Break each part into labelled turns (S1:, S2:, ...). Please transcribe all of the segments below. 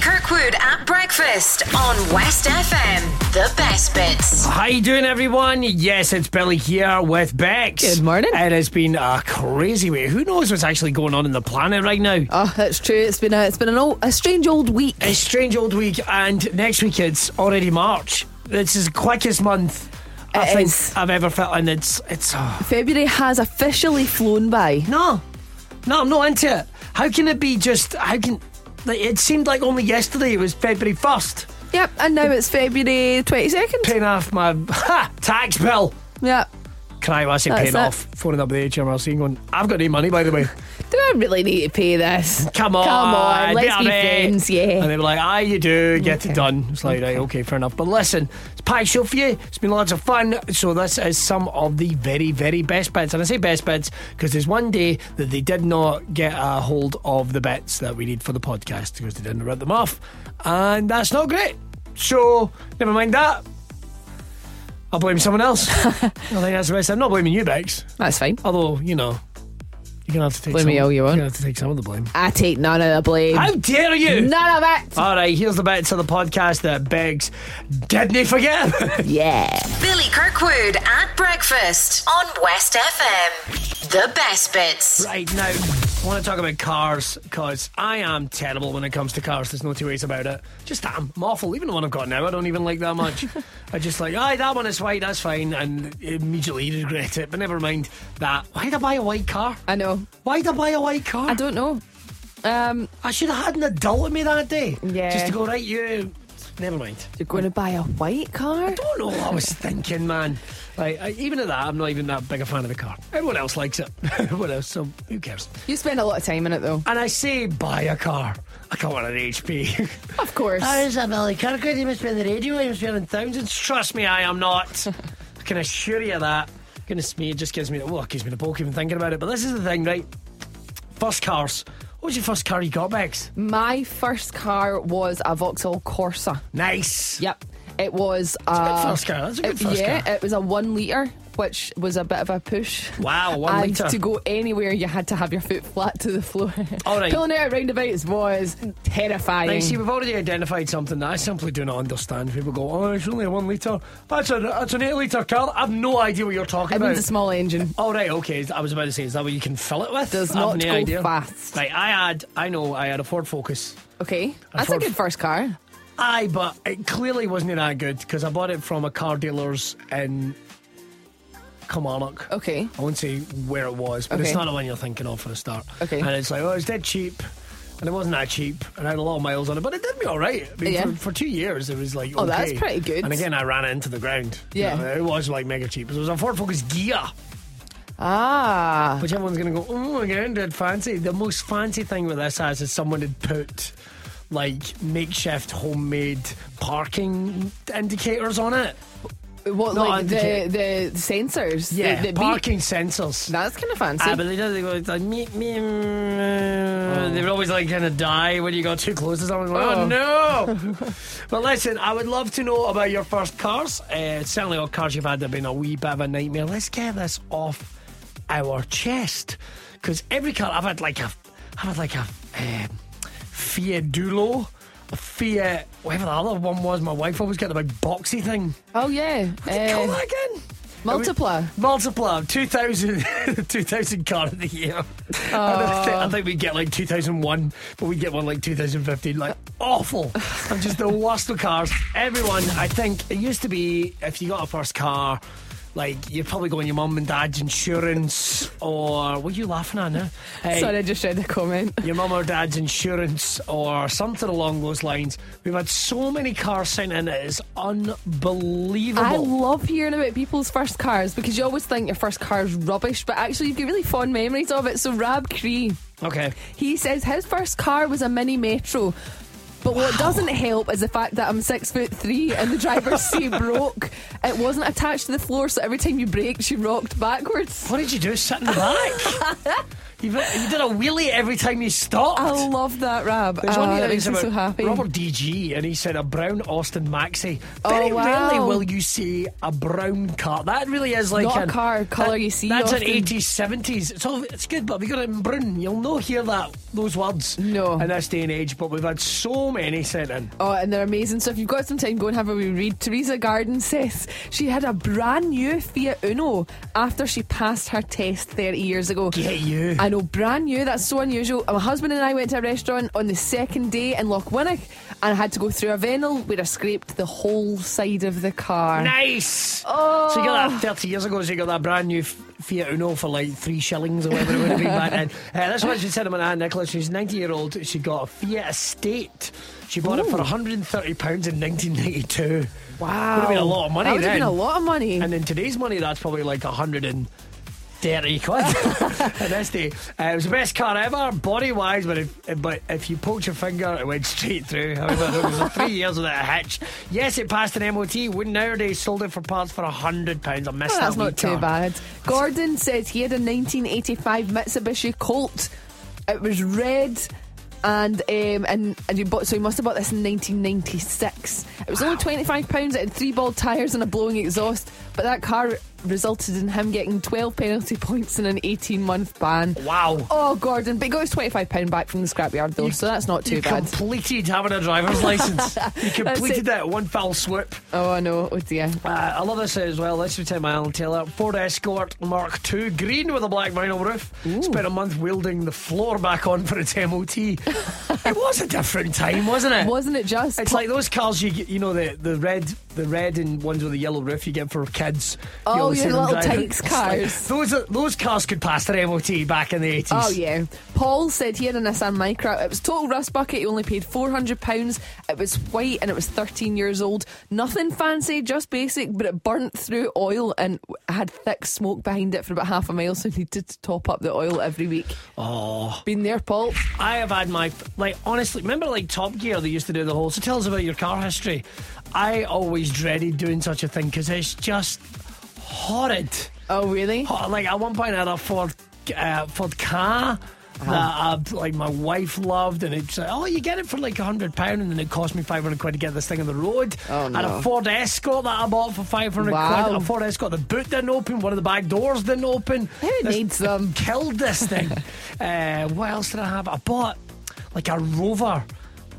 S1: Kirkwood at breakfast on West FM. The best bits.
S2: How you doing, everyone? Yes, it's Billy here with Bex.
S3: Good morning.
S2: It has been a crazy week. Who knows what's actually going on in the planet right now?
S3: Oh, that's true. It's been a it's been an old, a strange old week.
S2: A strange old week, and next week it's already March. This is the quickest month I
S3: It
S2: think
S3: is.
S2: I've ever felt, and it's it's. oh,
S3: February has officially flown by.
S2: no, no, I'm not into it. How can it be? Just how can? Like, it seemed like only yesterday it was February first.
S3: Yep, and now it's February twenty second.
S2: Paying off my ha, tax bill.
S3: Yep.
S2: Cry when I say
S3: That's
S2: paying
S3: it.
S2: off. Phoning up the HMRC and going, I've got any money by the way.
S3: Do I really need to pay this?
S2: Come on,
S3: come on.
S2: bit
S3: Let's
S2: of
S3: be
S2: it.
S3: friends. Yeah.
S2: And they were like, "Ah, you do get it
S3: Okay.
S2: done." It's like, right, okay, fair enough. But listen, it's a packed show for you. It's been lots of fun. So this is some of the very, very best bits, and I say best bits because there's one day that they did not get a hold of the bits that we need for the podcast because they didn't rip them off, and that's not great. So never mind that. I'll blame someone else. I think that's the best. I'm not blaming you, Bex.
S3: That's fine.
S2: Although you know, you're gonna have to take
S3: Blame
S2: some,
S3: me all you
S2: are
S3: want.
S2: gonna have to take some of the blame.
S3: I take none of the blame.
S2: How dare you!
S3: None of it.
S2: All right, here's the bits of the podcast that begs, didn't forget?
S3: Yeah.
S1: Billy Kirkwood at breakfast on West FM. The best bits.
S2: right now, I want to talk about cars because I am terrible when it comes to cars. There's no two ways about it. Just am. I'm awful. Even the one I've got now, I don't even like that much. I just like, aye, that one is white, that's fine, and immediately regret it. But never mind that. Why'd I buy a white car?
S3: I know.
S2: Why'd I buy a white car?
S3: I don't know. Um,
S2: I should have had an adult with me that day.
S3: Yeah.
S2: Just to go, right, you. Never mind.
S3: you're going to buy a white car?
S2: don't know what I was thinking, man. Like, I, even at that, I'm not even that big a fan of the car. Everyone else likes it. Everyone else, so who cares?
S3: You spend a lot of time in it though.
S2: And I say buy a car. I can't want an HP.
S3: Of course.
S2: How is that, Billy Kirkwood? You must be on the radio. You must be on thousands. Trust me, I am not. I can assure you that. Goodness me, it just gives me the well, it gives me the bulk even thinking about it. But this is the thing, right? First cars. What was your first car you got, Bex?
S3: My first car was a Vauxhall Corsa.
S2: Nice.
S3: Yep. It was a,
S2: Good first car. That's a good first
S3: yeah,
S2: car.
S3: it was a one litre, which was a bit of a push.
S2: Wow, one
S3: and
S2: litre.
S3: to go anywhere, you had to have your foot flat to the floor.
S2: All right.
S3: Pulling out of roundabouts was terrifying.
S2: Now, see, we've already identified something that I simply do not understand. People go, oh, it's only a one litre. That's, a, that's an eight litre car. I've no idea what you're talking
S3: it
S2: about.
S3: was a small engine.
S2: Oh, right, okay. I was about to say, is that what you can fill it with?
S3: Does
S2: I have
S3: not
S2: no
S3: go
S2: idea.
S3: fast.
S2: Right, I had, I know, I had a Ford Focus.
S3: Okay, that's a
S2: Ford-
S3: good first car.
S2: Aye, but it clearly wasn't that good because I bought it from a car dealer's in Kilmarnock.
S3: Okay.
S2: I won't say where it was, but it's
S3: Okay.
S2: not the one you're thinking of for the start.
S3: Okay.
S2: And it's like, oh, it's dead cheap. And it wasn't that cheap, and I had a lot of miles on it, but it did me all right. I mean,
S3: Yeah.
S2: for, for two years, it was like
S3: Oh,
S2: okay.
S3: that's pretty good.
S2: And again, I ran it into the ground.
S3: Yeah.
S2: You know, it was like mega cheap. It was a Ford Focus Gear,
S3: Ah,
S2: which everyone's gonna go, oh, again, did fancy. The most fancy thing with this has is someone had put like makeshift homemade parking indicators on it.
S3: what
S2: No,
S3: like
S2: and
S3: the, the sensors? the-
S2: Yeah,
S3: the beep.
S2: parking sensors.
S3: That's kind of fancy.
S2: Ah, but they don't. They go like me, me. mm, They were always like gonna die when you got too close to someone. Like, oh.
S3: Oh.
S2: no! but listen, I would love to know about your first cars. Uh, certainly, all cars you've had have been a wee bit of a nightmare. Let's get this off our chest because every car I've had like a, I've had like a um, Fiat Dulo. a Fiat, whatever the other one was, my wife always got the big boxy thing.
S3: oh yeah,
S2: What do you call
S3: uh,
S2: that again?
S3: Multipla.
S2: Multiply 2000, 2000 car of the year. I, don't think, I think we get like 2001, but we get one like 2015. Like, awful. I'm just the worst of cars. Everyone, I think, it used to be if you got a first car, like, you're probably going your mum and dad's insurance, or what are you laughing at now? Hey,
S3: Sorry, I just read the comment.
S2: your mum or dad's insurance or something along those lines. We've had so many cars sent in, it is unbelievable.
S3: I love hearing about people's first cars because you always think your first car's rubbish, but actually you get really fond memories of it. So Rab Cree,
S2: okay.
S3: he says his first car was a mini metro. But what doesn't help is the fact that I'm six foot three and the driver's seat broke. It wasn't attached to the floor, so every time you braked, she rocked backwards.
S2: What did you do? Sit in the back? You've, you did a wheelie every time you stopped.
S3: I love that, Rab.
S2: There's one
S3: Ah,
S2: here
S3: that
S2: that
S3: makes
S2: is
S3: me so
S2: about
S3: happy.
S2: Robert DG, and he said a brown Austin Maxi.
S3: Oh,
S2: Very rarely
S3: wow.
S2: will you see a brown car. That really is like
S3: Not a
S2: an-
S3: car colour
S2: that-
S3: you see
S2: That's
S3: often.
S2: an eighties, seventies. It's all it's good, but if you got it in brown, you'll no hear that those words.
S3: No.
S2: in this day and age. But we've had so many sent in.
S3: Oh, and they're amazing. So if you've got some time, go and have a wee read. Teresa Garden says she had a brand new Fiat Uno after she passed her test 30 years ago.
S2: Get you.
S3: I know, brand new. That's so unusual. My husband and I went to a restaurant on the second day in Lochwinnock and had to go through a venal where I scraped the whole side of the car.
S2: Nice. Oh. So you got that thirty years ago. So you got that brand new F- Fiat Uno for like three shillings or whatever it would have been back then. Uh, this one she sent to my aunt Nicola. She's ninety year old. She got a Fiat Estate. She bought it for one hundred and thirty pounds in nineteen ninety two.
S3: Wow.
S2: Would have been a lot of money
S3: That would have
S2: then.
S3: been a lot of money.
S2: And in today's money, that's probably like a hundred and thirty quid. in this day, uh, it was the best car ever, body wise. But if but if you poked your finger, it went straight through. However, it was a three years without a hitch. Yes, it passed an MOT. Wouldn't nowadays sold it for parts for a hundred pounds. I missed
S3: Oh, that's
S2: that
S3: not
S2: wee
S3: too
S2: car.
S3: bad. Gordon says he had a 1985 Mitsubishi Colt. It was red. And um, and and you bought so you must have bought this in 1996. It was only 25 pounds. It had three bald tires and a blowing exhaust. But that car resulted in him getting 12 penalty points and an 18 month ban.
S2: Wow.
S3: Oh, Gordon! But he got his 25 pound back from the scrapyard though, Oh, so that's not too
S2: you
S3: bad.
S2: completed having a driver's license. You completed that one foul swoop.
S3: oh, I know. Oh dear.
S2: Uh, I love this as well. This is Tim Allen Taylor. Ford Escort Mark II, green with a black vinyl roof. Spent a month wielding the floor back on for its MOT. it was a different time, wasn't it?
S3: Wasn't it just?
S2: Uh, It's like those cars you get, you know the the red the red and ones with the yellow roof you get for kids. You
S3: Oh,
S2: always
S3: your
S2: see them
S3: little
S2: driving.
S3: tanks
S2: It's like-
S3: cars.
S2: those are- those cars could pass their MOT back in the eighties.
S3: Oh yeah. Paul said he had a Nissan Micra. It was total rust bucket. He only paid four hundred pounds. It was white and it was thirteen years old. Nothing fancy, just basic, but it burnt through oil and had thick smoke behind it for about half a mile. So he needed to top up the oil every week. Oh, been there, Paul.
S2: I have had my like honestly. Remember, like Top Gear, they used to do the whole. So tell us about your car history. I always dreaded doing such a thing because it's just horrid.
S3: Oh really?
S2: Ho- Like at one point, I had a Ford uh, Ford car.
S3: Uh-huh.
S2: That I, like my wife loved, and it's like, oh, you get it for like a hundred pound, and then it cost me five hundred quid to get this thing on the road.
S3: Oh,
S2: And a
S3: no.
S2: Ford Escort that I bought for five hundred
S3: Wow.
S2: quid. A Ford Escort, the boot didn't open, one of the back doors didn't open.
S3: Who
S2: This-
S3: needs them?
S2: killed this thing. uh, what else did I have? I bought like a rover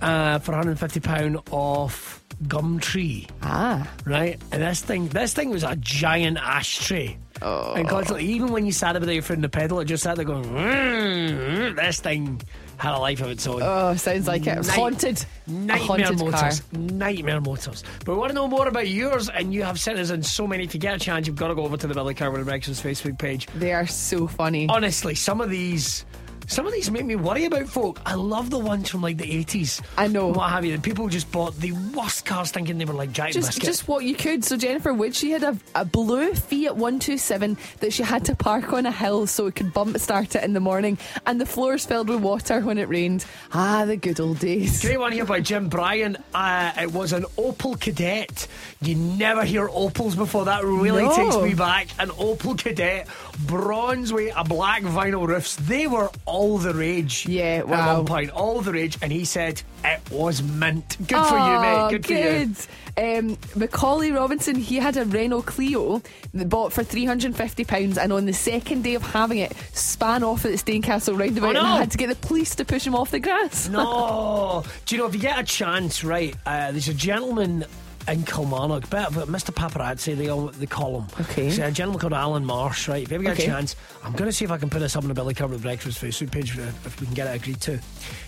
S2: uh, for 150 pound off Gumtree,
S3: Ah,
S2: right? And this thing, this thing was a giant ashtray. Oh. And constantly, even when you sat about your foot in the pedal, it just sat there going. "Mm, mm." This thing had a life of its own.
S3: oh, sounds like it. It was
S2: Night-
S3: haunted. A
S2: Nightmare
S3: haunted car.
S2: motors. Nightmare motors. But we want to know more about yours, and you have sent us in so many. If you get a chance, you've got to go over to the Billy Carwin and Rex's Facebook page
S3: They are so funny.
S2: honestly, some of these. Some of these make me worry about folk. I love the ones from like the 80s.
S3: I know.
S2: What have you. People just bought the worst cars thinking they were like Jack
S3: just
S2: Biscuit.
S3: just what you could. So Jennifer Wood, she had a, a blue Fiat 127 that she had to park on a hill so it could bump start it in the morning, and the floors filled with water when it rained. Ah, the good old days.
S2: Great one here by Jim Bryan. Uh, it was an Opel Cadet. You never hear Opals before. That really
S3: No.
S2: takes me back. An Opel Cadet, bronze weight, a black vinyl roofs. They were all the rage.
S3: Yeah,
S2: At
S3: wow.
S2: one point, all the rage. And he said it was mint. Good for you,
S3: Oh,
S2: mate. Good, for you.
S3: good. Um, Macaulay Robinson, he had a Renault Clio that bought for £350 and on the second day of having it, span off at the Staincastle roundabout
S2: Oh, no.
S3: and had to get the police to push him off the grass.
S2: No. Do you know if you get a chance, right? Uh, there's a gentleman in Kilmarnock, bit of a Mr. Paparazzi, they all they call him.
S3: Okay.
S2: He's a gentleman called Alan Marsh, right? If you ever get
S3: Okay.
S2: a chance, I'm going to see if I can put this up on the Billy Cover Breakfast Facebook page uh, if we can get it agreed to.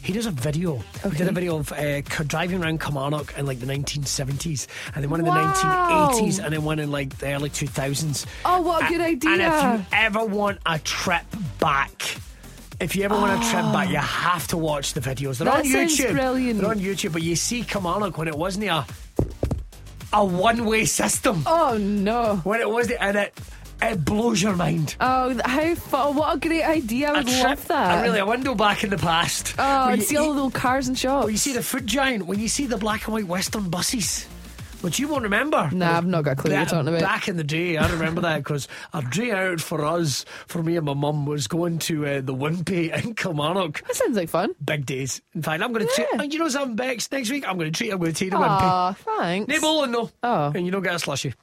S2: He does a video. He did
S3: Okay.
S2: a video of uh, c- driving around Kilmarnock in like the 1970s, and then one in
S3: Wow.
S2: the 1980s, and then one in like the early 2000s.
S3: Oh, what a good
S2: And if you
S3: idea.
S2: ever want a trip back, if you ever want a trip back, you have to watch the videos. They're
S3: Oh.
S2: on
S3: That sounds
S2: YouTube.
S3: brilliant.
S2: They're on YouTube, but you see Kilmarnock when it wasn't a a one way system.
S3: Oh, no.
S2: When it was and it it blows your mind.
S3: Oh, th- how fun! What a great idea! I
S2: A
S3: would
S2: trip-
S3: love that.
S2: a really a window back in the past.
S3: oh,
S2: where
S3: and
S2: you
S3: see all
S2: eat-
S3: the little cars and shops.
S2: Well, you see the food giant when you see the black and white Western buses. which you won't remember.
S3: Nah, I've not got a clue what you're
S2: Ba-
S3: talking about.
S2: Back in the day, I remember that because a day out for us, for me and my mum, was going to uh, the Wimpy in Kilmarnock.
S3: That sounds like fun.
S2: Big days. In fact, I'm going to
S3: Yeah.
S2: treat. and You know something, Bex? Next week, I'm going to treat her with a tea to Wimpy.
S3: Aw, thanks.
S2: No bowling, though.
S3: Oh.
S2: And you don't get a slushy.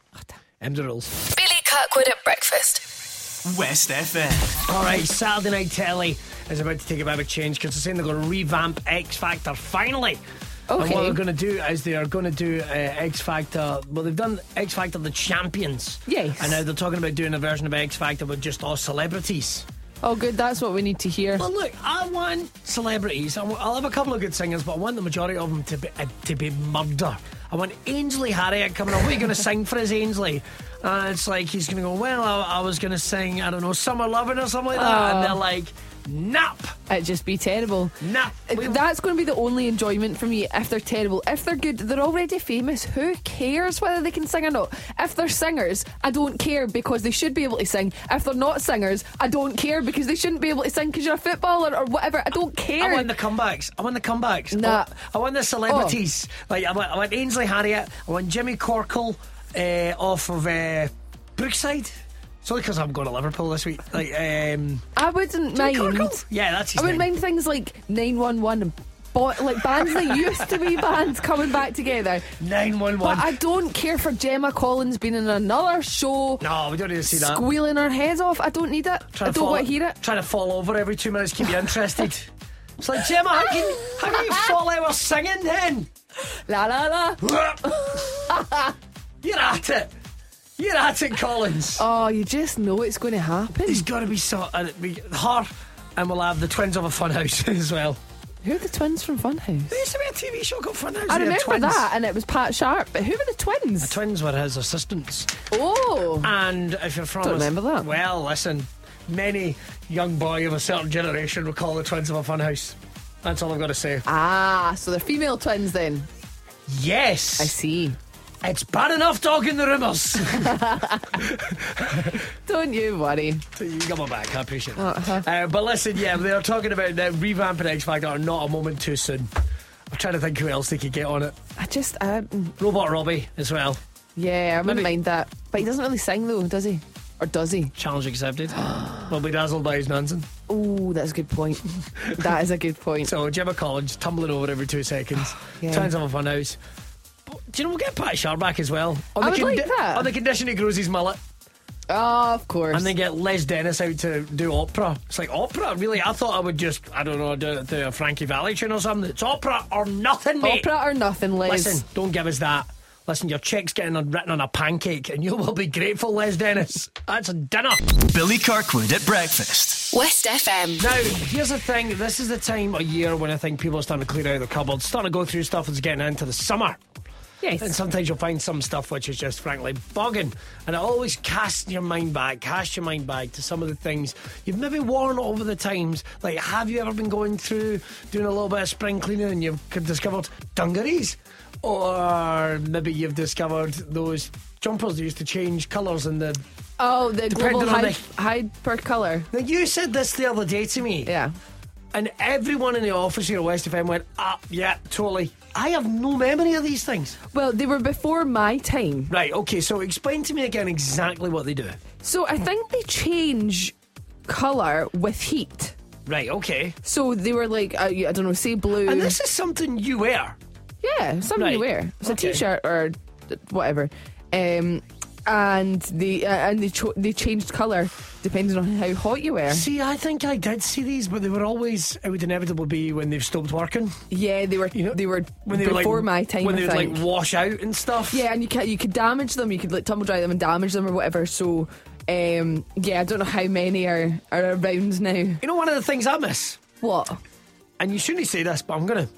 S2: M's the rules.
S4: Billy Kirkwood at breakfast.
S5: West FM.
S2: All right, Saturday Night Telly is about to take a bit of a change because they're saying they're going to revamp X Factor finally. And what
S3: Okay.
S2: they're going to do is they are going to do uh, X Factor. Well, they've done X Factor the Champions.
S3: Yes.
S2: And now they're talking about doing a version of X Factor with just all celebrities.
S3: Oh, good. That's what we need to hear.
S2: Well, look, I want celebrities. I want- I'll have a couple of good singers, but I want the majority of them to be uh, to be murder. I want Ainsley Harriott coming on. What are you going to sing for us, Ainsley? Uh, it's like he's going to go. Well, I, I was going to sing. I don't know, summer loving or something like that. and they're like, nap,
S3: It'd just be terrible.
S2: nap.
S3: Uh,
S2: We-
S3: That's going to be the only enjoyment from you if they're terrible. If they're good, they're already famous. Who cares whether they can sing or not? If they're singers, I don't care because they should be able to sing. If they're not singers, I don't care because they shouldn't be able to sing because you're a footballer or whatever. I don't
S2: I
S3: care.
S2: want the comebacks. I want the comebacks.
S3: Nah.
S2: I, want the celebrities. Like I want, I want Ainsley Harriott. I want Jimmy Corkle uh, off of uh, Brookside. It's only because I'm going to Liverpool this week. Like, um,
S3: I wouldn't
S2: Jimmy
S3: mind.
S2: Corkle? Yeah, that's his
S3: I wouldn't
S2: name.
S3: mind things like 911 and bot, like bands that used to be bands coming back together.
S2: Nine one
S3: But I
S2: one.
S3: don't care for Gemma Collins being in another show.
S2: No, we don't need to see that.
S3: squealing her heads off. I don't need it. I
S2: Trying
S3: don't want to hear it.
S2: Trying to fall over every two minutes, keep you interested. it's like Gemma, how can how can you fall over singing then?
S3: La la la.
S2: You're at it. You're at it, Collins.
S3: Oh, you just know it's going to happen.
S2: There's got to be so and we, her, and we'll have the twins of a funhouse as well.
S3: Who are the twins from Funhouse?
S2: There used to be a TV show called Funhouse.
S3: I
S2: they had
S3: remember
S2: twins.
S3: that, and it was Pat Sharp. But who were the twins?
S2: Twins were his assistants.
S3: oh,
S2: And if you're from,
S3: Don't
S2: a-
S3: remember that.
S2: Well, listen, many young boy of a certain generation would call the twins of a funhouse. That's all I've got to say.
S3: ah, so they're female twins then.
S2: Yes,
S3: I see.
S2: It's bad enough dogging the rumours.
S3: Don't you worry.
S2: you got my back, I appreciate that.
S3: Uh-huh.
S2: Uh, but listen, yeah, they are talking about that revamping X Factor are not a moment too soon. I'm trying to think who else they could get on it.
S3: I just, um,
S2: Robot Robbie as well.
S3: yeah, I wouldn't
S2: Maybe-
S3: mind that. But he doesn't really sing though, does he? Or does he?
S2: Challenge accepted. we'll be dazzled by his nonsense.
S3: Oh, that's a good point. that is a good point.
S2: So Gemma Collins tumbling over every two seconds.
S3: Yeah.
S2: Trying to have a fun house. But, do you know we'll get Pat Sharp back as well? On
S3: I would like that.
S2: On the condition he grows his mullet.
S3: Oh, of course.
S2: And then get Les Dennis out to do opera. It's like opera, really. I thought I would just, I don't know, do, do a Frankie Valley tune or something. It's opera or nothing, mate.
S3: Opera or nothing, Les.
S2: Listen, don't give us that. Listen, your check's getting un- written on a pancake, and you will be grateful, Les Dennis. That's a dinner.
S5: Billy Kirkwood at breakfast.
S4: West FM.
S2: Now, here's the thing. This is the time of year when I think people are starting to clear out their cupboards, starting to go through stuff that's getting into the summer. And
S3: Yes.
S2: sometimes you'll find some stuff which is just frankly bugging. And it always casts your mind back, cast your mind back to some of the things you've maybe worn over the times. Like, have you ever been going through doing a little bit of spring cleaning and you've discovered dungarees? Or maybe you've discovered those jumpers that used to change colours in the.
S3: Oh, the global
S2: Depending on
S3: hide, hide per colour.
S2: Now, you said this the other day to me.
S3: Yeah.
S2: And everyone in the office here at West FM went, ah, yeah, totally. I have no memory of these things.
S3: Well, they were before my time.
S2: Right, okay, so explain to me again exactly what they do.
S3: So I think they change colour with heat.
S2: Right, okay.
S3: So they were like, I, I don't know, say blue.
S2: And this is something you wear.
S3: yeah, something you
S2: Right.
S3: wear. It's
S2: Okay.
S3: a t-shirt or whatever. Um, and they uh, and they cho- they changed colour depending on how hot you were.
S2: See, I think I did see these, but they were always, it would inevitably be when they've stopped working.
S3: Yeah, they were
S2: You know?
S3: they were
S2: when they
S3: before
S2: were like,
S3: my time.
S2: When
S3: I
S2: they would
S3: think.
S2: like wash out and stuff.
S3: Yeah, and you could, you could damage them. You could like tumble dry them and damage them or whatever. So, um, yeah, I don't know how many are, are around now.
S2: You know, one of the things I miss,
S3: What?
S2: and you shouldn't say this, but I'm going to,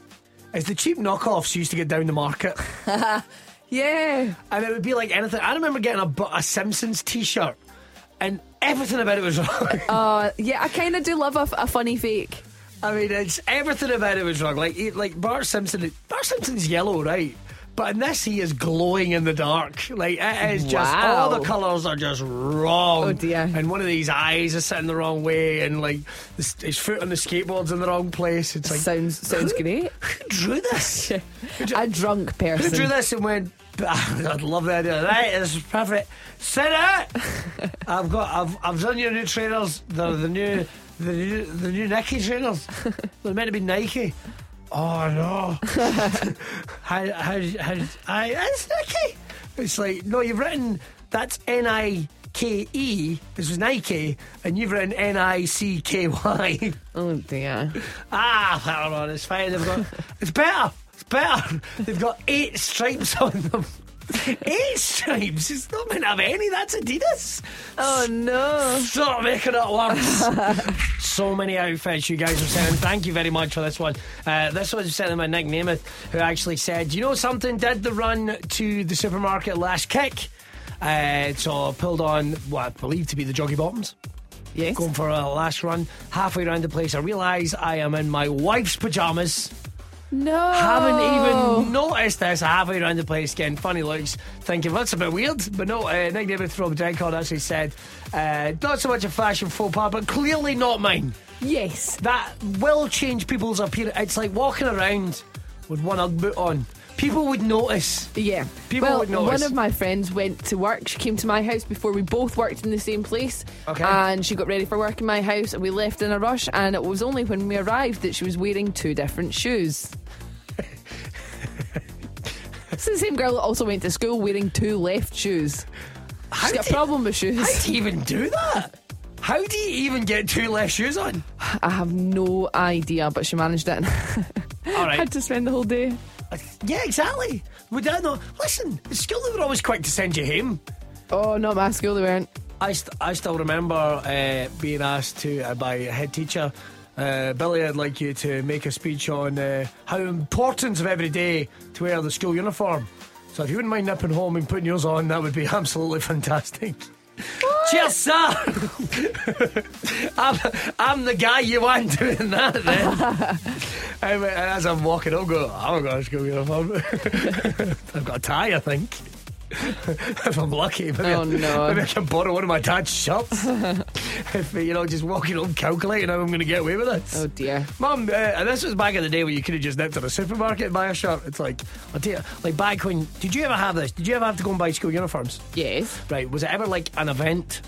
S2: is the cheap knockoffs used to get down the market.
S3: Yeah.
S2: and it would be like anything. I remember getting a, bu- a Simpsons t shirt, and everything about it was wrong.
S3: Uh, yeah, I kind of do love a, f- a funny fake.
S2: I mean, it's everything about it was wrong. Like, he- like Bart Simpson. Bart Simpson's yellow, right? But in this, he is glowing in the dark. Like it is just all
S3: Wow.
S2: the colours are just wrong.
S3: Oh, dear.
S2: And one of these eyes is sitting the wrong way, and like this, his foot on the skateboard's in the wrong place. It's like
S3: sounds sounds great.
S2: who drew this?
S3: a drunk
S2: who drew
S3: person.
S2: this and went? I'd love the idea. Right, this is perfect. Sit it. I've got. I've. I've done your new trainers. They're the new. The new. The new Nike trainers. They're meant to be Nike. Oh no. how? How? How? I. It's Nike. It's like no. You've written that's N I K E. This was Nike, and you've written N I C K Y.
S3: Oh dear.
S2: Ah, I don't know, it's fine. They've got it's better. It's better. They've got eight stripes on them. Eight stripes. It's not meant to have any. That's Adidas.
S3: Oh no.
S2: Stop making it worse. so many outfits you guys are sending. Thank you very much for this one. Uh, this was sent in by Nick Namath, who actually said, "You know something? Did the run to the supermarket last kick? Uh, so I pulled on what I believe to be the joggy bottoms."
S3: Yes.
S2: Going for a last run. Halfway around the place, I realise I am in my wife's pyjamas.
S3: No.
S2: Haven't even noticed this. Halfway around the place, getting funny looks, thinking that's a bit weird. But no, uh, Nick David from Dreadcon actually said, uh, not so much a fashion faux pas, but clearly not mine.
S3: Yes.
S2: That will change people's appearance. It's like walking around with one Ugg boot on. People would notice.
S3: Yeah.
S2: People
S3: well,
S2: would notice.
S3: one of my friends went to work. She came to my house before we both worked in the same place.
S2: Okay.
S3: And she got ready for work in my house, and we left in a rush. And it was only when we arrived that she was wearing two different shoes. it's the same girl that also went to school wearing two left shoes.
S2: How
S3: She's got a
S2: do-
S3: problem with
S2: How
S3: shoes.
S2: do you even do that? How do you even get two left shoes on?
S3: I have no idea, but she managed it.
S2: All right.
S3: Had to spend the whole day.
S2: Yeah, exactly. Would I not? Listen, at school they were always quick to send you home.
S3: Oh, not my school, they weren't.
S2: I, st- I still remember uh, being asked to uh, by a head teacher, uh, Billy, I'd like you to make a speech on uh, how important of every day to wear the school uniform. So if you wouldn't mind nipping home and putting yours on, that would be absolutely fantastic. Cheers, sir. I'm, I'm the guy you want doing that. Then, Um, and as I'm walking, I'm going. I haven't got a school uniform. I've got a tie, I think. if I'm lucky, maybe,
S3: Oh,
S2: I-
S3: no.
S2: maybe I can borrow one of my dad's shirts. if you know, just walking home calculating how I'm going to get away with this.
S3: Oh, dear.
S2: Mum, uh, and this was back in the day where you could have just nipped to the supermarket and buy a shirt. It's like, I tell you, like back when, did you ever have this? Did you ever have to go and buy school uniforms?
S3: Yes.
S2: Right, was it ever like an event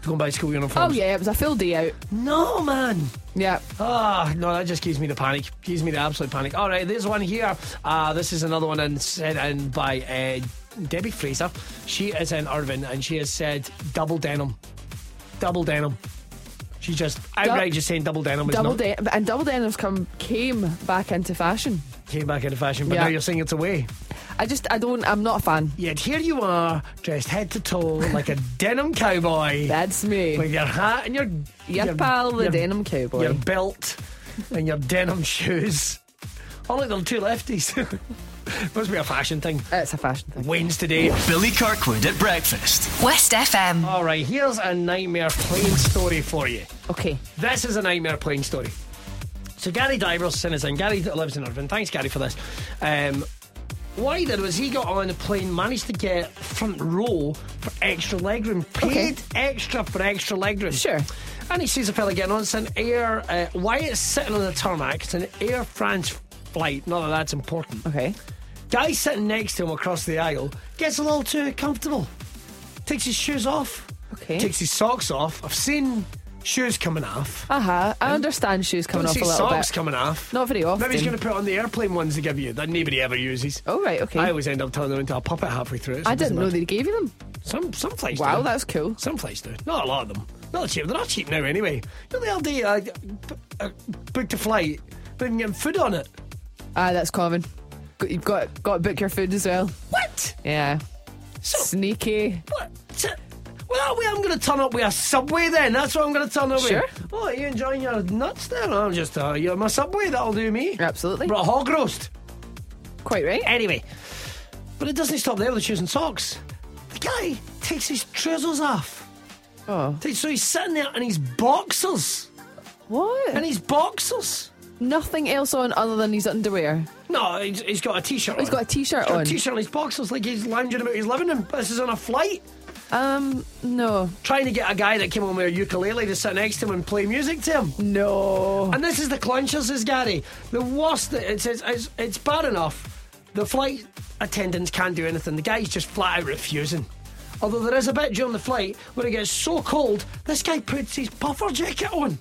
S2: to go and buy school
S3: Oh,
S2: uniforms?
S3: yeah, it was a full day out.
S2: No, man.
S3: Yeah.
S2: Ah, no, that just gives me the panic. Gives me the absolute panic. All right, there's one here. Uh, this is another one and sent in by uh, Debbie Fraser. She is in Irvine and she has said double denim. Double denim. She's just outright just saying double denim is
S3: Double
S2: not
S3: de- and double denims come came back into fashion.
S2: came back into fashion, but
S3: Yeah.
S2: now you're saying it's away.
S3: I just I don't I'm not a fan.
S2: Yet here you are, dressed head to toe like a denim cowboy.
S3: That's me.
S2: with your hat and your
S3: your pal the denim cowboy.
S2: your belt and your denim shoes. Oh look, they're two lefties. Must be a fashion thing.
S3: it's a fashion thing.
S2: Wins today.
S5: Billy Kirkwood at breakfast.
S4: West FM.
S2: All right, here's a nightmare plane story for you.
S3: Okay.
S2: This is a nightmare plane story. So Gary Divers sent us in. Gary that lives in Irvine. Thanks, Gary, for this. Um, what he did was he got on a plane, managed to get front row for extra legroom, paid extra for extra legroom.
S3: Sure.
S2: And he sees a fella getting on. It's an Air uh, Wyatt's sitting on the tarmac. It's an Air France flight. Not that that's important.
S3: Okay.
S2: Guy sitting next to him across the aisle gets a little too comfortable. Takes his shoes off.
S3: Okay.
S2: Takes his socks off. I've seen shoes coming off.
S3: Uh-huh. I understand shoes coming
S2: Don't
S3: off a
S2: see
S3: little
S2: socks
S3: bit.
S2: coming off.
S3: Not very often.
S2: Maybe he's going to put on the airplane ones they give you that nobody ever uses.
S3: oh right, okay.
S2: I
S3: I,
S2: always end up turning them into a puppet halfway through. It, so it doesn't
S3: didn't know
S2: matter.
S3: they gave you them.
S2: Some some flights.
S3: Wow,
S2: do.
S3: that's cool.
S2: Some flights do. Not a lot of them. Not cheap. They're not cheap now anyway. You know, the other day I b- I booked a flight, but didn't get food on it.
S3: Ah, that's common. Got- You've got got to book your food as well.
S2: What?
S3: Yeah.
S2: So
S3: Sneaky.
S2: What? T- Well, that way I'm going to turn up with a subway then. That's what I'm going to turn up
S3: Sure.
S2: with. Oh, are you enjoying your nuts then? I'm just, uh, you're my subway, that'll do me.
S3: Absolutely.
S2: Brought hog roast.
S3: Quite right.
S2: Anyway. But it doesn't stop there with the shoes and socks. The guy takes his trousers off.
S3: Oh.
S2: Takes- So he's sitting there in his boxers.
S3: What?
S2: In his boxers.
S3: Nothing else on other than his underwear.
S2: No, he's, he's got a t-shirt
S3: He's
S2: on.
S3: got a t-shirt
S2: He's got
S3: on.
S2: a t-shirt on his boxers like he's lounging about his living room. But this is on a flight.
S3: Um, no.
S2: Trying to get a guy that came on with a ukulele to sit next to him and play music to him.
S3: No.
S2: And this is the clincher, says Gary. The worst. It's it's it's, it's bad enough The flight attendants can't do anything. The guy's just flat out refusing. Although there is a bit during the flight where it gets so cold, this guy puts his puffer jacket on.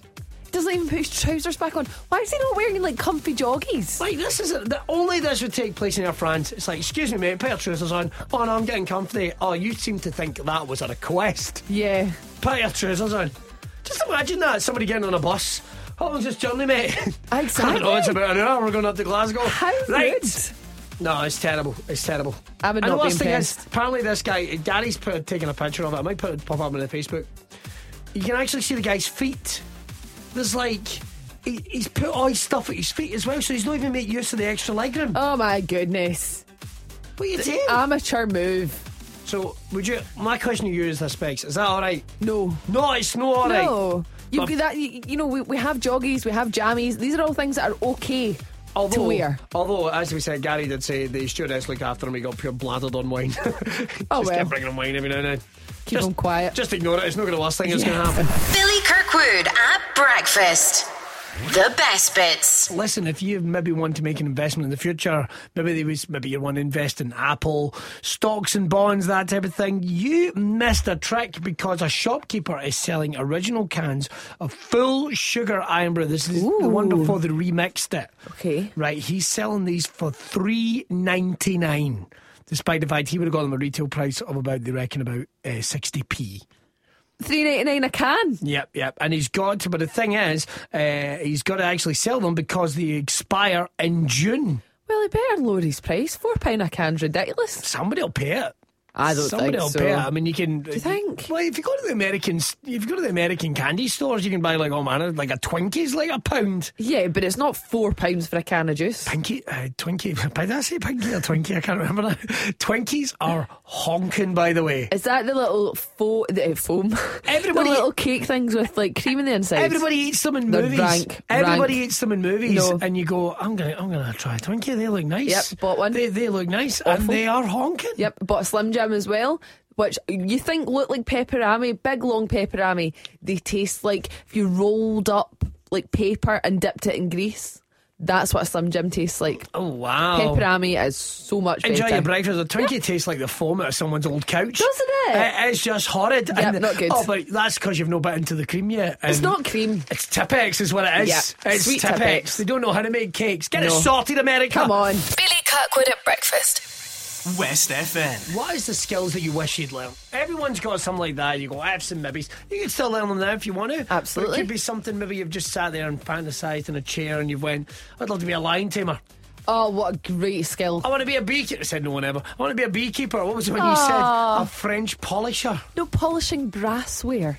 S3: Doesn't even put his trousers back on. Why is he not wearing like comfy joggies?
S2: Like this is the only this would take place in Air France. It's like, excuse me, mate, put your trousers on. Oh no, I'm getting comfy. Oh, you seem to think that was a request.
S3: Yeah.
S2: Put your trousers on. Just imagine that somebody getting on a bus. How long's this journey, mate? I
S3: Exactly.
S2: don't know, it's about an hour. We're going up to Glasgow.
S3: How
S2: right.
S3: rude.
S2: No, it's terrible. It's terrible.
S3: I would
S2: and
S3: not
S2: the
S3: be
S2: worst thing is,
S3: impressed.
S2: apparently this guy, Gary's put, taken a picture of it. I might put it pop up on the Facebook. You can actually see the guy's feet. There's like, he, he's put all his stuff at his feet as well, so he's not even made use of the extra legroom.
S3: Oh uh, my goodness.
S2: what are you doing?
S3: Amateur move.
S2: so, would you? My question to you is this, Specs. Is that all right?
S3: No.
S2: No, it's not all right.
S3: No.
S2: But-
S3: You've got that. You, you know, we, we have joggies, we have jammies. These are all things that are okay to wear.
S2: Although, as we said, Gary did say the stewardess looked after him. He got pure bladdered on wine. just
S3: Oh, well.
S2: kept bringing him wine every now and then.
S3: Keep
S2: Just-
S3: them quiet.
S2: Just ignore it. It's not going to last thing. It's going to happen.
S1: Billy Kirkwood at breakfast. The best bits.
S2: Listen, if you maybe want to make an investment in the future, maybe they was, maybe you want to invest in Apple stocks and bonds, that type of thing. You missed a trick because a shopkeeper is selling original cans of full sugar iron brew. This is the one
S3: Ooh.
S2: before they remixed it.
S3: Okay.
S2: right? He's selling these for three ninety nine, despite the fact he would have got them a retail price of about they reckon about uh, sixty p.
S3: Three ninety nine a can.
S2: Yep, yep. And he's got to, but the thing is, uh, he's got to actually sell them because they expire in June.
S3: Well, he better lower his price. Four pound a can's ridiculous.
S2: Somebody will pay it.
S3: I don't
S2: Somebody
S3: think
S2: will
S3: so.
S2: pay it. I mean, you can. Do
S3: you think?
S2: Well, if you go to the American, if you go to the American candy stores, you can buy like all manner, like a Twinkie's, like a pound.
S3: Yeah, but it's not four pounds for a can of juice.
S2: Pinky, uh, Twinkie. Did I say Pinky or Twinkie? I can't remember now. Twinkies are honking, by the way.
S3: Is that the little fo- the, uh, foam?
S2: Everybody-
S3: the little cake things with like cream in the inside.
S2: Everybody eats them in
S3: They're
S2: movies.
S3: rank,
S2: Everybody
S3: rank.
S2: eats them in movies,
S3: No.
S2: and you go, "I'm gonna, I'm gonna try a Twinkie. They look nice.
S3: Yep, bought one.
S2: They, they look nice, and
S3: Awful.
S2: they are honking.
S3: Yep, bought a Slim Jim as well, which you think look like pepperami, big long pepperami. They taste like if you rolled up like paper and dipped it in grease. That's what a Slim Jim tastes like.
S2: Oh wow.
S3: Pepperami is so much better.
S2: Enjoy your breakfast. A Twinkie tastes like the foam out of someone's old couch, Uh,
S3: Doesn't it?
S2: It's just horrid.
S3: Yep, not good.
S2: Oh, but that's because you've not bit into the cream yet.
S3: It's
S2: and-
S3: not cream.
S2: It's Tippex, is what it is.
S3: Yeah,
S2: It's
S3: sweet
S2: Tippex.
S3: Tipp-Ex.
S2: They don't know how to make cakes. Get it
S3: No.
S2: sorted, America.
S3: Come on.
S4: Billy Kirkwood at breakfast.
S5: West FM.
S2: What is the skills that you wish you'd learned? Everyone's got something like that. You go, I have some maybe's. You can still learn them now if you want to. But
S3: Absolutely.
S2: it could be something maybe you've just sat there and fantasized in a chair and you've went, I'd love to be a lion tamer.
S3: Oh, what a great skill.
S2: I want to be a beekeeper. said no one ever. I want to be a beekeeper. What was it when you
S3: Aw.
S2: said a French polisher?
S3: No polishing brassware.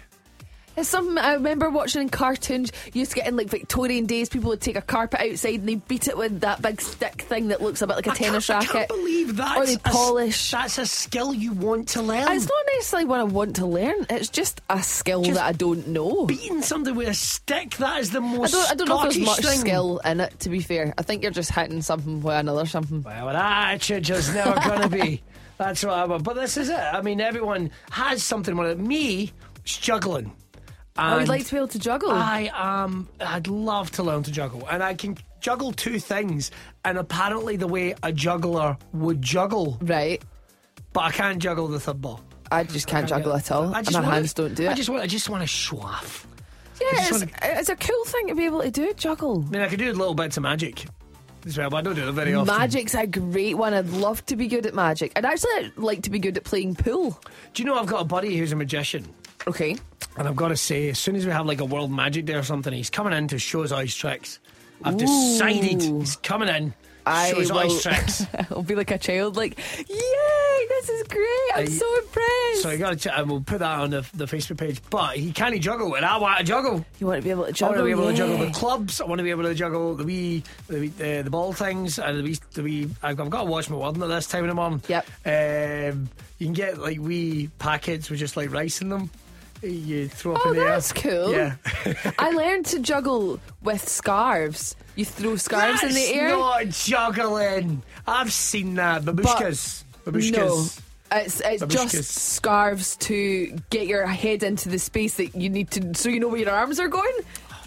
S3: It's something I remember watching in cartoons. You used to get in like Victorian days, people would take a carpet outside and they beat it with that big stick thing that looks a bit like a tennis
S2: I can't, I
S3: racket.
S2: can't believe that's,
S3: Or they
S2: a s-
S3: polish.
S2: that's a skill you want to learn.
S3: It's not necessarily what I want to learn. It's just a skill
S2: Um, Just
S3: that I don't know.
S2: Beating somebody with a stick, that is the
S3: I
S2: most
S3: don't, I don't know if there's
S2: Scottish
S3: much
S2: thing.
S3: skill in it, to be fair. I think you're just hitting something with another something.
S2: Well, that's just never going to be. That's what I want. But this is it. I mean, everyone has something. One of me, it's juggling.
S3: I would
S2: And
S3: Oh, like to be able to juggle.
S2: I am. I'd love to learn to juggle, and I can juggle two things. And apparently, the way a juggler would juggle,
S3: right.
S2: but I can't juggle the third ball.
S3: I just can't juggle at all.
S2: I
S3: And
S2: just
S3: my
S2: wanna-
S3: hands don't do it.
S2: I just want. I just want to show off. I
S3: yeah,
S2: just
S3: it's, it's a cool thing to be able to do, juggle.
S2: I mean, I could do little bits of magic as well, but I don't do it very often.
S3: Magic's a great one. I'd love to be good at magic. I'd actually like to be good at playing pool.
S2: Do you know I've got a buddy who's a magician?
S3: Okay.
S2: And I've got to say, as soon as we have like a World Magic Day or something, he's coming in to show us all his tricks. I've decided he's coming in.
S3: I
S2: shows all
S3: will-
S2: his tricks.
S3: I'll be like a child, like, yay, this is great. I'm
S2: Uh,
S3: so impressed.
S2: so I got to check, and we'll put that on the, the Facebook page. But he can't juggle, and I want to juggle.
S3: You want to be able to
S2: I
S3: juggle?
S2: want to be able to juggle
S3: Oh, yeah.
S2: the clubs. I want to be able to juggle the wee, the wee, uh, the ball things, and the wee, the wee. I've, I've got to watch my wording at this time of the morning.
S3: Yep.
S2: Um, you can get like wee packets with just like rice in them. You throw up
S3: Oh,
S2: in the air.
S3: that's cool.
S2: Yeah.
S3: I learned to juggle with scarves. You throw scarves in the
S2: That's
S3: air.
S2: Not juggling. I've seen that. Babushkas. Babushkas.
S3: No. It's, it's
S2: Babushkas.
S3: just scarves to get your head into the space that you need to, so you know where your arms are going.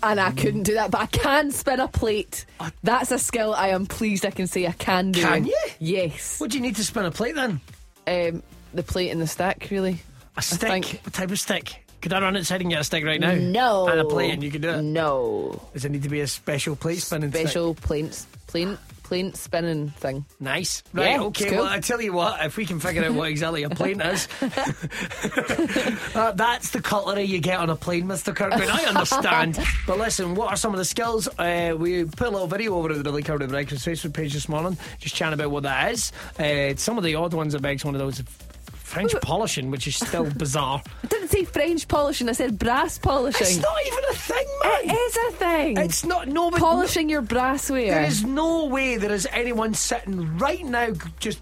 S3: and I couldn't do that, but I can spin a plate. That's a skill I am pleased I can say I can do.
S2: Can you?
S3: Yes.
S2: What do you need to spin a plate then?
S3: Um, the plate and the stack, really.
S2: A stick.
S3: think-
S2: What type of stick? Could I run outside and get a stick right now?
S3: No.
S2: And a plate, and you could do it.
S3: No.
S2: Does it need to be a special plate spinning stick?
S3: Special planes, plane, plane spinning thing.
S2: Nice. Right,
S3: Yeah,
S2: okay.
S3: it's cool.
S2: Well, I tell you what, if we can figure out what exactly a plane is, uh, that's the cutlery you get on a plane, Mr. Kirkman. I understand. but listen, what are some of the skills? Uh, we put a little video over at the Billy Curry Breakfast Facebook page this morning, just chatting about what that is. Uh, some of the odd ones that makes one of those. French polishing, which is still bizarre.
S3: I didn't say French polishing, I said brass polishing.
S2: It's not even a thing,
S3: it
S2: man.
S3: is a thing.
S2: It's not. No, but
S3: Eh, polishing your brassware.
S2: There is no way there is anyone sitting right now g- just.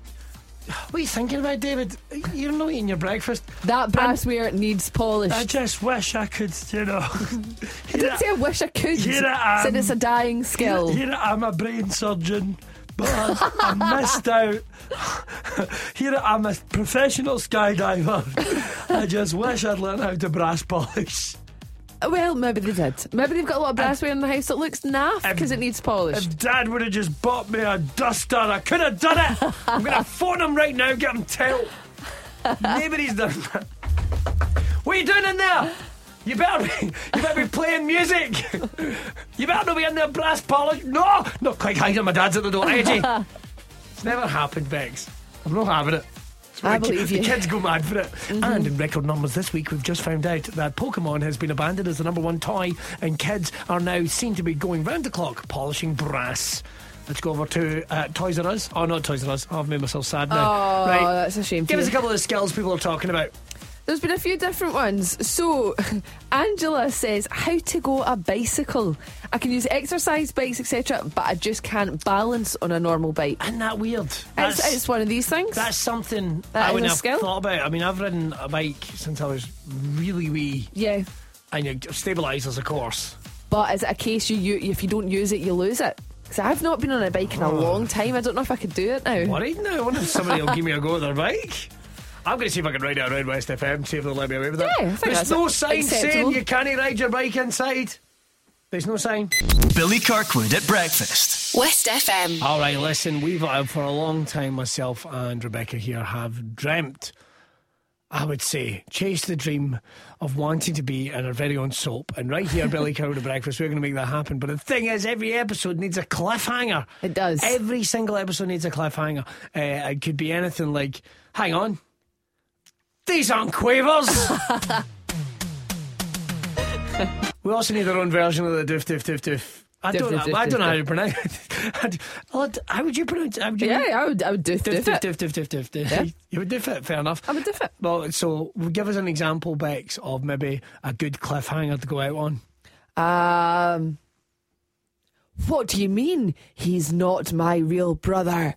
S2: What are you thinking about, David? You're not eating your breakfast.
S3: That brassware needs polish.
S2: I just wish I could, you know.
S3: I didn't say I wish I could.
S2: Here I am.
S3: Said it's a dying skill.
S2: Here I'm a brain surgeon, but I, I missed out. Here I'm a professional skydiver. I just wish I'd learned how to brass polish.
S3: Well, maybe they did. Maybe they've got a lot of
S2: Um,
S3: brassware in the house that looks naff because it needs polish.
S2: If Dad would have just bought me a duster, I could have done it. I'm going to phone him right now, get him tell. Nobody's done that. What are you doing in there? You better be, you better be playing music. You better not be in there brass polish. No, no, quick, hide my dad's at the door, Edgy. it's never happened, Bex. I'm not having it. It's
S3: I
S2: the ki-
S3: believe
S2: the
S3: you. Mm-hmm.
S2: kids go mad for it. And in record numbers this week, we've just found out that Pokemon has been abandoned as the number one toy, and kids are now seen to be going round the clock polishing brass. Let's go over to uh, Toys R Us. Oh, not Toys R Us. Oh, I've made myself sad now.
S3: Oh,
S2: right.
S3: that's a shame. for
S2: Give
S3: you.
S2: us a couple of the skills people are talking about.
S3: There's been a few different ones. So, Angela says how to go a bicycle. I can use exercise bikes, etc., but I just can't balance on a normal bike.
S2: Isn't that weird?
S3: It's,
S2: That's-
S3: it's one of these things.
S2: That's something
S3: That is
S2: I
S3: a
S2: wouldn't have
S3: skill.
S2: thought about. I mean, I've ridden a bike since I was really wee,
S3: yeah,
S2: and you stabilisers, of course.
S3: but is it a case you, you if you don't use it, you lose it? Because I've not been on a bike in
S2: Oh.
S3: a long time. I don't know if I could do it now.
S2: Worried now. I wonder if somebody will give me a go at their bike. I'm going to see if I can ride it around West FM, see if they'll let me away with it.
S3: Yeah, I think
S2: There's
S3: that's
S2: no sign saying
S3: acceptable.
S2: you can't ride your bike inside. There's no sign.
S5: Billy Kirkwood at breakfast.
S4: West FM.
S2: All right, listen, we've uh, for a long time, myself and Rebecca here have dreamt, I would say, chased the dream of wanting to be in our very own soap. And right here, Billy Cow to Breakfast, we're going to make that happen. But the thing is, every episode needs a cliffhanger.
S3: It does.
S2: Every single episode needs a cliffhanger. Uh, it could be anything like, hang on, these aren't quavers. We also need our own version of the doof doof doof doof. I
S3: Doof,
S2: don't.
S3: doof, doof,
S2: I don't know
S3: doof,
S2: how to pronounce. it. Well, how would you pronounce? How would you
S3: Yeah, I would. I would do,
S2: Doof,
S3: do,
S2: doof,
S3: it.
S2: doof, doof, doof, doof, doof.
S3: Yeah.
S2: You would doof it, fair enough.
S3: I would do it.
S2: Well, so give us an example, Bex, of maybe a good cliffhanger to go out on.
S3: Um, what do you mean he's not my real brother?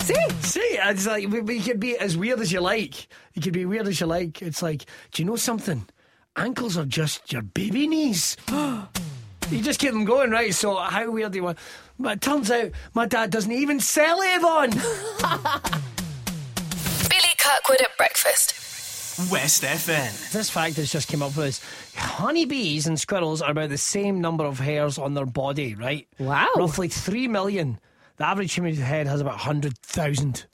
S3: See?
S2: See, it's like we, we could be as weird as you like. You could be weird as you like. It's like, do you know something? Ankles are just your baby knees. you just keep them going, right? So how weird do you want? But it turns out my dad doesn't even sell Avon.
S4: Billy Kirkwood at breakfast.
S5: West FN.
S2: This fact has just came up with us. Honeybees and squirrels are about the same number of hairs on their body, right?
S3: Wow.
S2: Roughly 3 million. The average human head has about 100,000.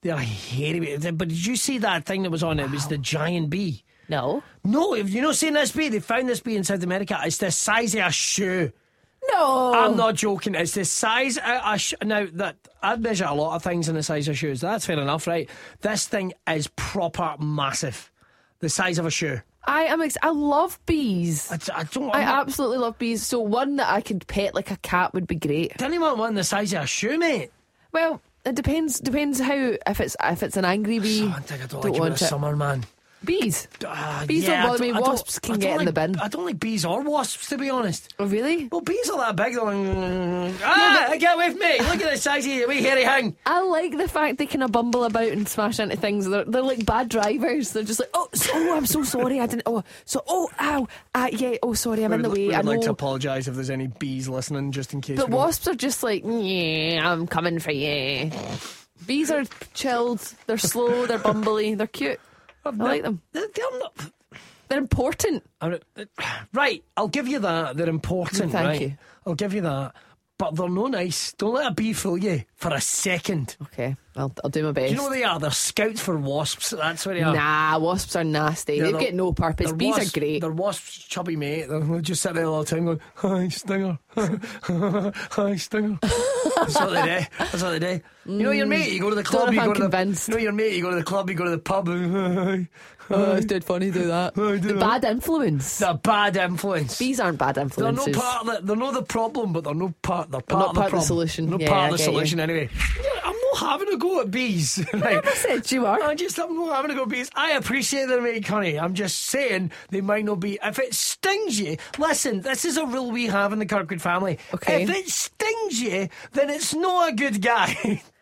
S2: They're hairy. But did you see that thing that was on it? It was the giant bee.
S3: No.
S2: No, if you're not seeing this bee, they found this bee in South America. It's the size of a shoe.
S3: No.
S2: I'm not joking. It's the size of a shoe. Now, that I measure a lot of things in the size of shoes. That's fair enough, right? This thing is proper massive. The size of a shoe.
S3: I am. Ex- I love bees.
S2: I, d- I don't.
S3: I
S2: I'm not-
S3: absolutely love bees. So one that I could pet like a cat would be great.
S2: Did anyone want the size of a shoe, mate?
S3: Well, it depends. Depends how if it's if it's an angry bee.
S2: I Oh, think I don't, like it in
S3: want
S2: the summer, man.
S3: Bees.
S2: Ah,
S3: Bees don't
S2: yeah, I
S3: bother me.
S2: I
S3: Wasps can
S2: I
S3: get in
S2: like,
S3: the bin.
S2: I don't like bees or wasps, to be honest.
S3: Oh, really?
S2: Well, bees are that big. They're like, ah, get away from me. Look at the size of your wee hairy hang.
S3: I like the fact they kind of bumble about and smash into things. They're, they're like bad drivers. They're just like, oh, so, oh, I'm so sorry. I didn't. Oh, so, oh, ow, ah, yeah. Oh, sorry, I'm in the
S2: would-
S3: way.
S2: we
S3: I
S2: would like to
S3: know.
S2: apologise if there's any bees listening, just in case.
S3: But
S2: we don't-
S3: wasps are just like, yeah, I'm coming for you. Bees are chilled. They're slow. They're bumbly. They're cute. I like them.
S2: They're, they're not.
S3: They're important.
S2: I'm- Right, I'll give you that. They're important.
S3: Thank
S2: right?
S3: you.
S2: I'll give you that. But they're no nice. Don't let a bee fool you for a second.
S3: Okay, I'll, I'll do my best.
S2: Do you know what they are? They're scouts for wasps. That's what they are.
S3: Nah, wasps are nasty.
S2: They're
S3: They've
S2: not-
S3: got no purpose.
S2: they're
S3: Bees
S2: wasps-
S3: are great.
S2: They're wasps, chubby mate. They're- They just sit there all the time going, hi, stinger. hi, stinger. That's what they do. That's what they do. You know your mate, you go to the club,
S3: know if
S2: you
S3: I'm
S2: go to
S3: convinced.
S2: the... You know your mate, you go to the club, you go to the pub. and-
S3: Oh, it's dead funny to do that.
S2: Oh, I do
S3: the
S2: that.
S3: bad influence.
S2: They're bad influence.
S3: Bees aren't bad
S2: They're no
S3: influences.
S2: part of the, they're no the problem, but they're no part. They're part,
S3: not
S2: of, the
S3: part of the
S2: problem.
S3: solution.
S2: No
S3: Yeah,
S2: part
S3: I
S2: of the
S3: get you.
S2: solution anyway. Yeah, I'm not having a go at bees. Right.
S3: I said you are.
S2: I just I'm not having a go at bees. I appreciate their mate, honey. I'm just saying they might not be. If it stings you, listen. This is a rule we have in the Kirkwood family.
S3: Okay.
S2: If it stings you, then it's not a good guy.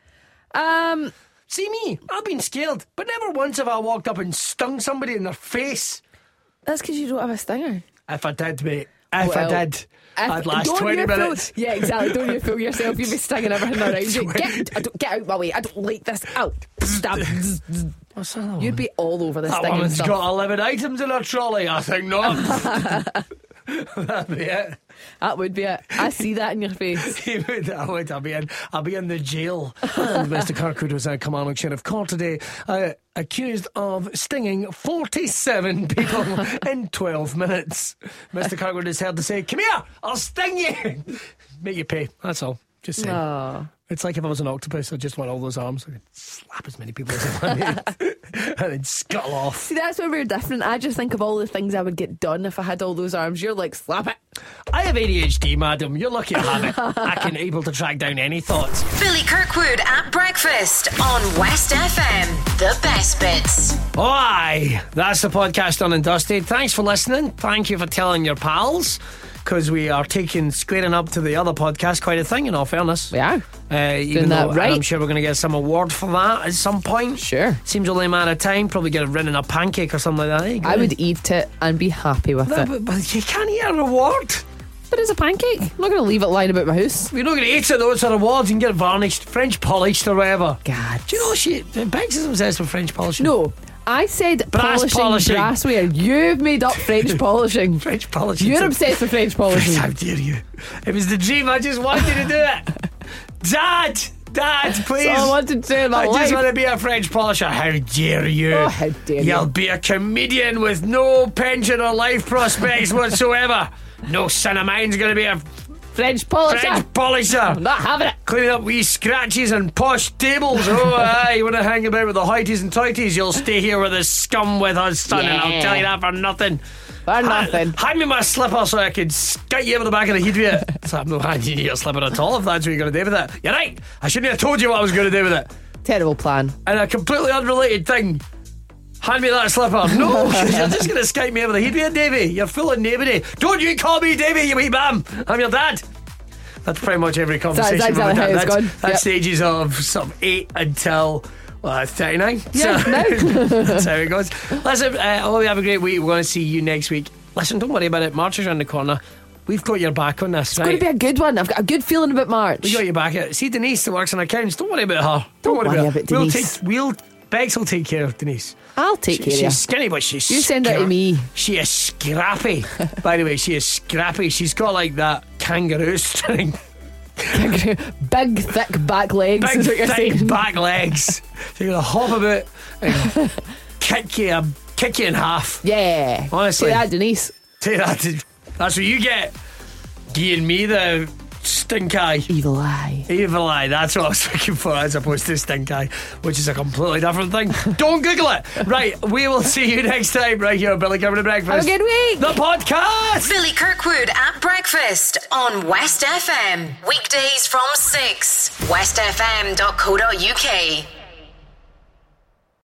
S3: Um,
S2: See me? I've been scared, but never once have I walked up and stung somebody in their face.
S3: that's because you don't have a stinger.
S2: If I did, mate. If
S3: Well,
S2: I did, I'd last
S3: don't
S2: twenty
S3: you fool-
S2: minutes.
S3: yeah, exactly. Don't you fool yourself. You'll be stinging everything around you.
S2: Twenty-
S3: Get, I don't, get out my way. I don't like this. Out. Stab.
S2: What's that one?
S3: You'd be all over this
S2: That
S3: thing and
S2: woman's
S3: stuff.
S2: got 11 items in her trolley. I think not. That'd be it.
S3: That would be it. I see that in your face.
S2: He would- I would. I'll be in. I'll be in the jail. and Mr. Kirkwood was at Kilmarnock Sheriff Court today, uh, accused of stinging 47 people in 12 minutes. Mr. Kirkwood is heard to say, "Come here, I'll sting you. Make you pay. That's all. Just say."
S3: Oh.
S2: It's like if I was an octopus, I just want all those arms. I could slap as many people as I wanted and then scuttle off.
S3: See, that's where we're different. I just think of all the things I would get done if I had all those arms. You're like, slap it.
S2: I have ADHD, madam. You're lucky I have it. I can able to track down any thoughts.
S1: Billy Kirkwood at breakfast on West FM. The best bits.
S2: Oh, aye. That's the podcast on Dusty. Thanks for listening. Thank you for telling your pals. Because we are taking squaring up to the other podcast quite a thing, in all fairness.
S3: We are.
S2: Uh, even
S3: Doing that
S2: though
S3: right.
S2: I'm sure we're going to get some award for that at some point.
S3: Sure.
S2: Seems a lame amount of time. Probably get a run and a pancake or something like that. There you go.
S3: I would eat it and be happy with
S2: No,
S3: it.
S2: but, but you can't eat a reward.
S3: But it's a pancake. I'm not going to leave it lying about my house.
S2: You're not going to eat it though. It's a reward. You can get it varnished, French polished or whatever.
S3: God.
S2: Do you know she? Bex is obsessed with French polishing.
S3: No, I said
S2: Brass
S3: polishing,
S2: polishing.
S3: brassware. You've made up French polishing.
S2: French polishing.
S3: You're obsessed with French polishing.
S2: How dare you? It was the dream. I just wanted to do it. Dad, Dad, please.
S3: That's all I wanted to do in my
S2: I
S3: life.
S2: just want to be a French polisher. How dare you?
S3: Oh, how dare you.
S2: You'll be a comedian with no pension or life prospects whatsoever. No son of mine's going to be a
S3: French polisher.
S2: French polisher.
S3: I'm not having it.
S2: Cleaning up wee scratches and posh tables. Oh, aye, you want to hang about with the hoities and toities? You'll stay here with this scum with us, son, and I'll
S3: Yeah.
S2: tell you that for nothing.
S3: For nothing.
S2: Ha- hand me my slipper so I can skate you over the back of the head with it. so I'm not handing you your slipper at all if that's what you're going to do with it. You're right. I shouldn't have told you what I was going to do with it.
S3: Terrible plan.
S2: And a completely unrelated thing. Hand me that slipper. No, 'cause you're just going to skate me over the head with it, Davey. You're fooling nobody. Don't you call me Davey, you wee bam. I'm your dad. That's pretty much every conversation.
S3: that's
S2: we've had.
S3: exactly how it's
S2: That's-
S3: gone.
S2: That's
S3: Yep.
S2: the ages of some eight until. Uh, 39.
S3: Yeah,
S2: so, that's how it goes. Listen, uh, I hope you have a great week. We want to see you next week. Listen, don't worry about it. March is around the corner. We've got your back on this,
S3: It's
S2: right?
S3: going to be a good one. I've got a good feeling about March.
S2: We got your back. See Denise that works on accounts. Don't worry about her.
S3: Don't worry about
S2: We'll
S3: Denise.
S2: take. We'll. Bex will take care of Denise.
S3: I'll take
S2: She-
S3: care of you.
S2: She's skinny, but she's.
S3: You send her to me.
S2: She is scrappy. By the way, she is scrappy. She's got like that kangaroo strength,
S3: Big, thick back legs
S2: big
S3: is what you're
S2: thick
S3: saying.
S2: back legs. She's gonna hop about and kick you, kick you in half.
S3: Yeah.
S2: Honestly.
S3: Say that, Denise.
S2: Take that. to- That's what you get. Giving me the stink eye.
S3: Evil eye.
S2: Evil Eye, that's what I was looking for as opposed to Stink Eye, which is a completely different thing. Don't Google it. Right, we will see you next time right here on Billy Coming to Breakfast.
S3: Have a good week.
S2: The podcast!
S1: Billy Kirkwood at breakfast on West FM. Weekdays from 6. WestFM.co.uk.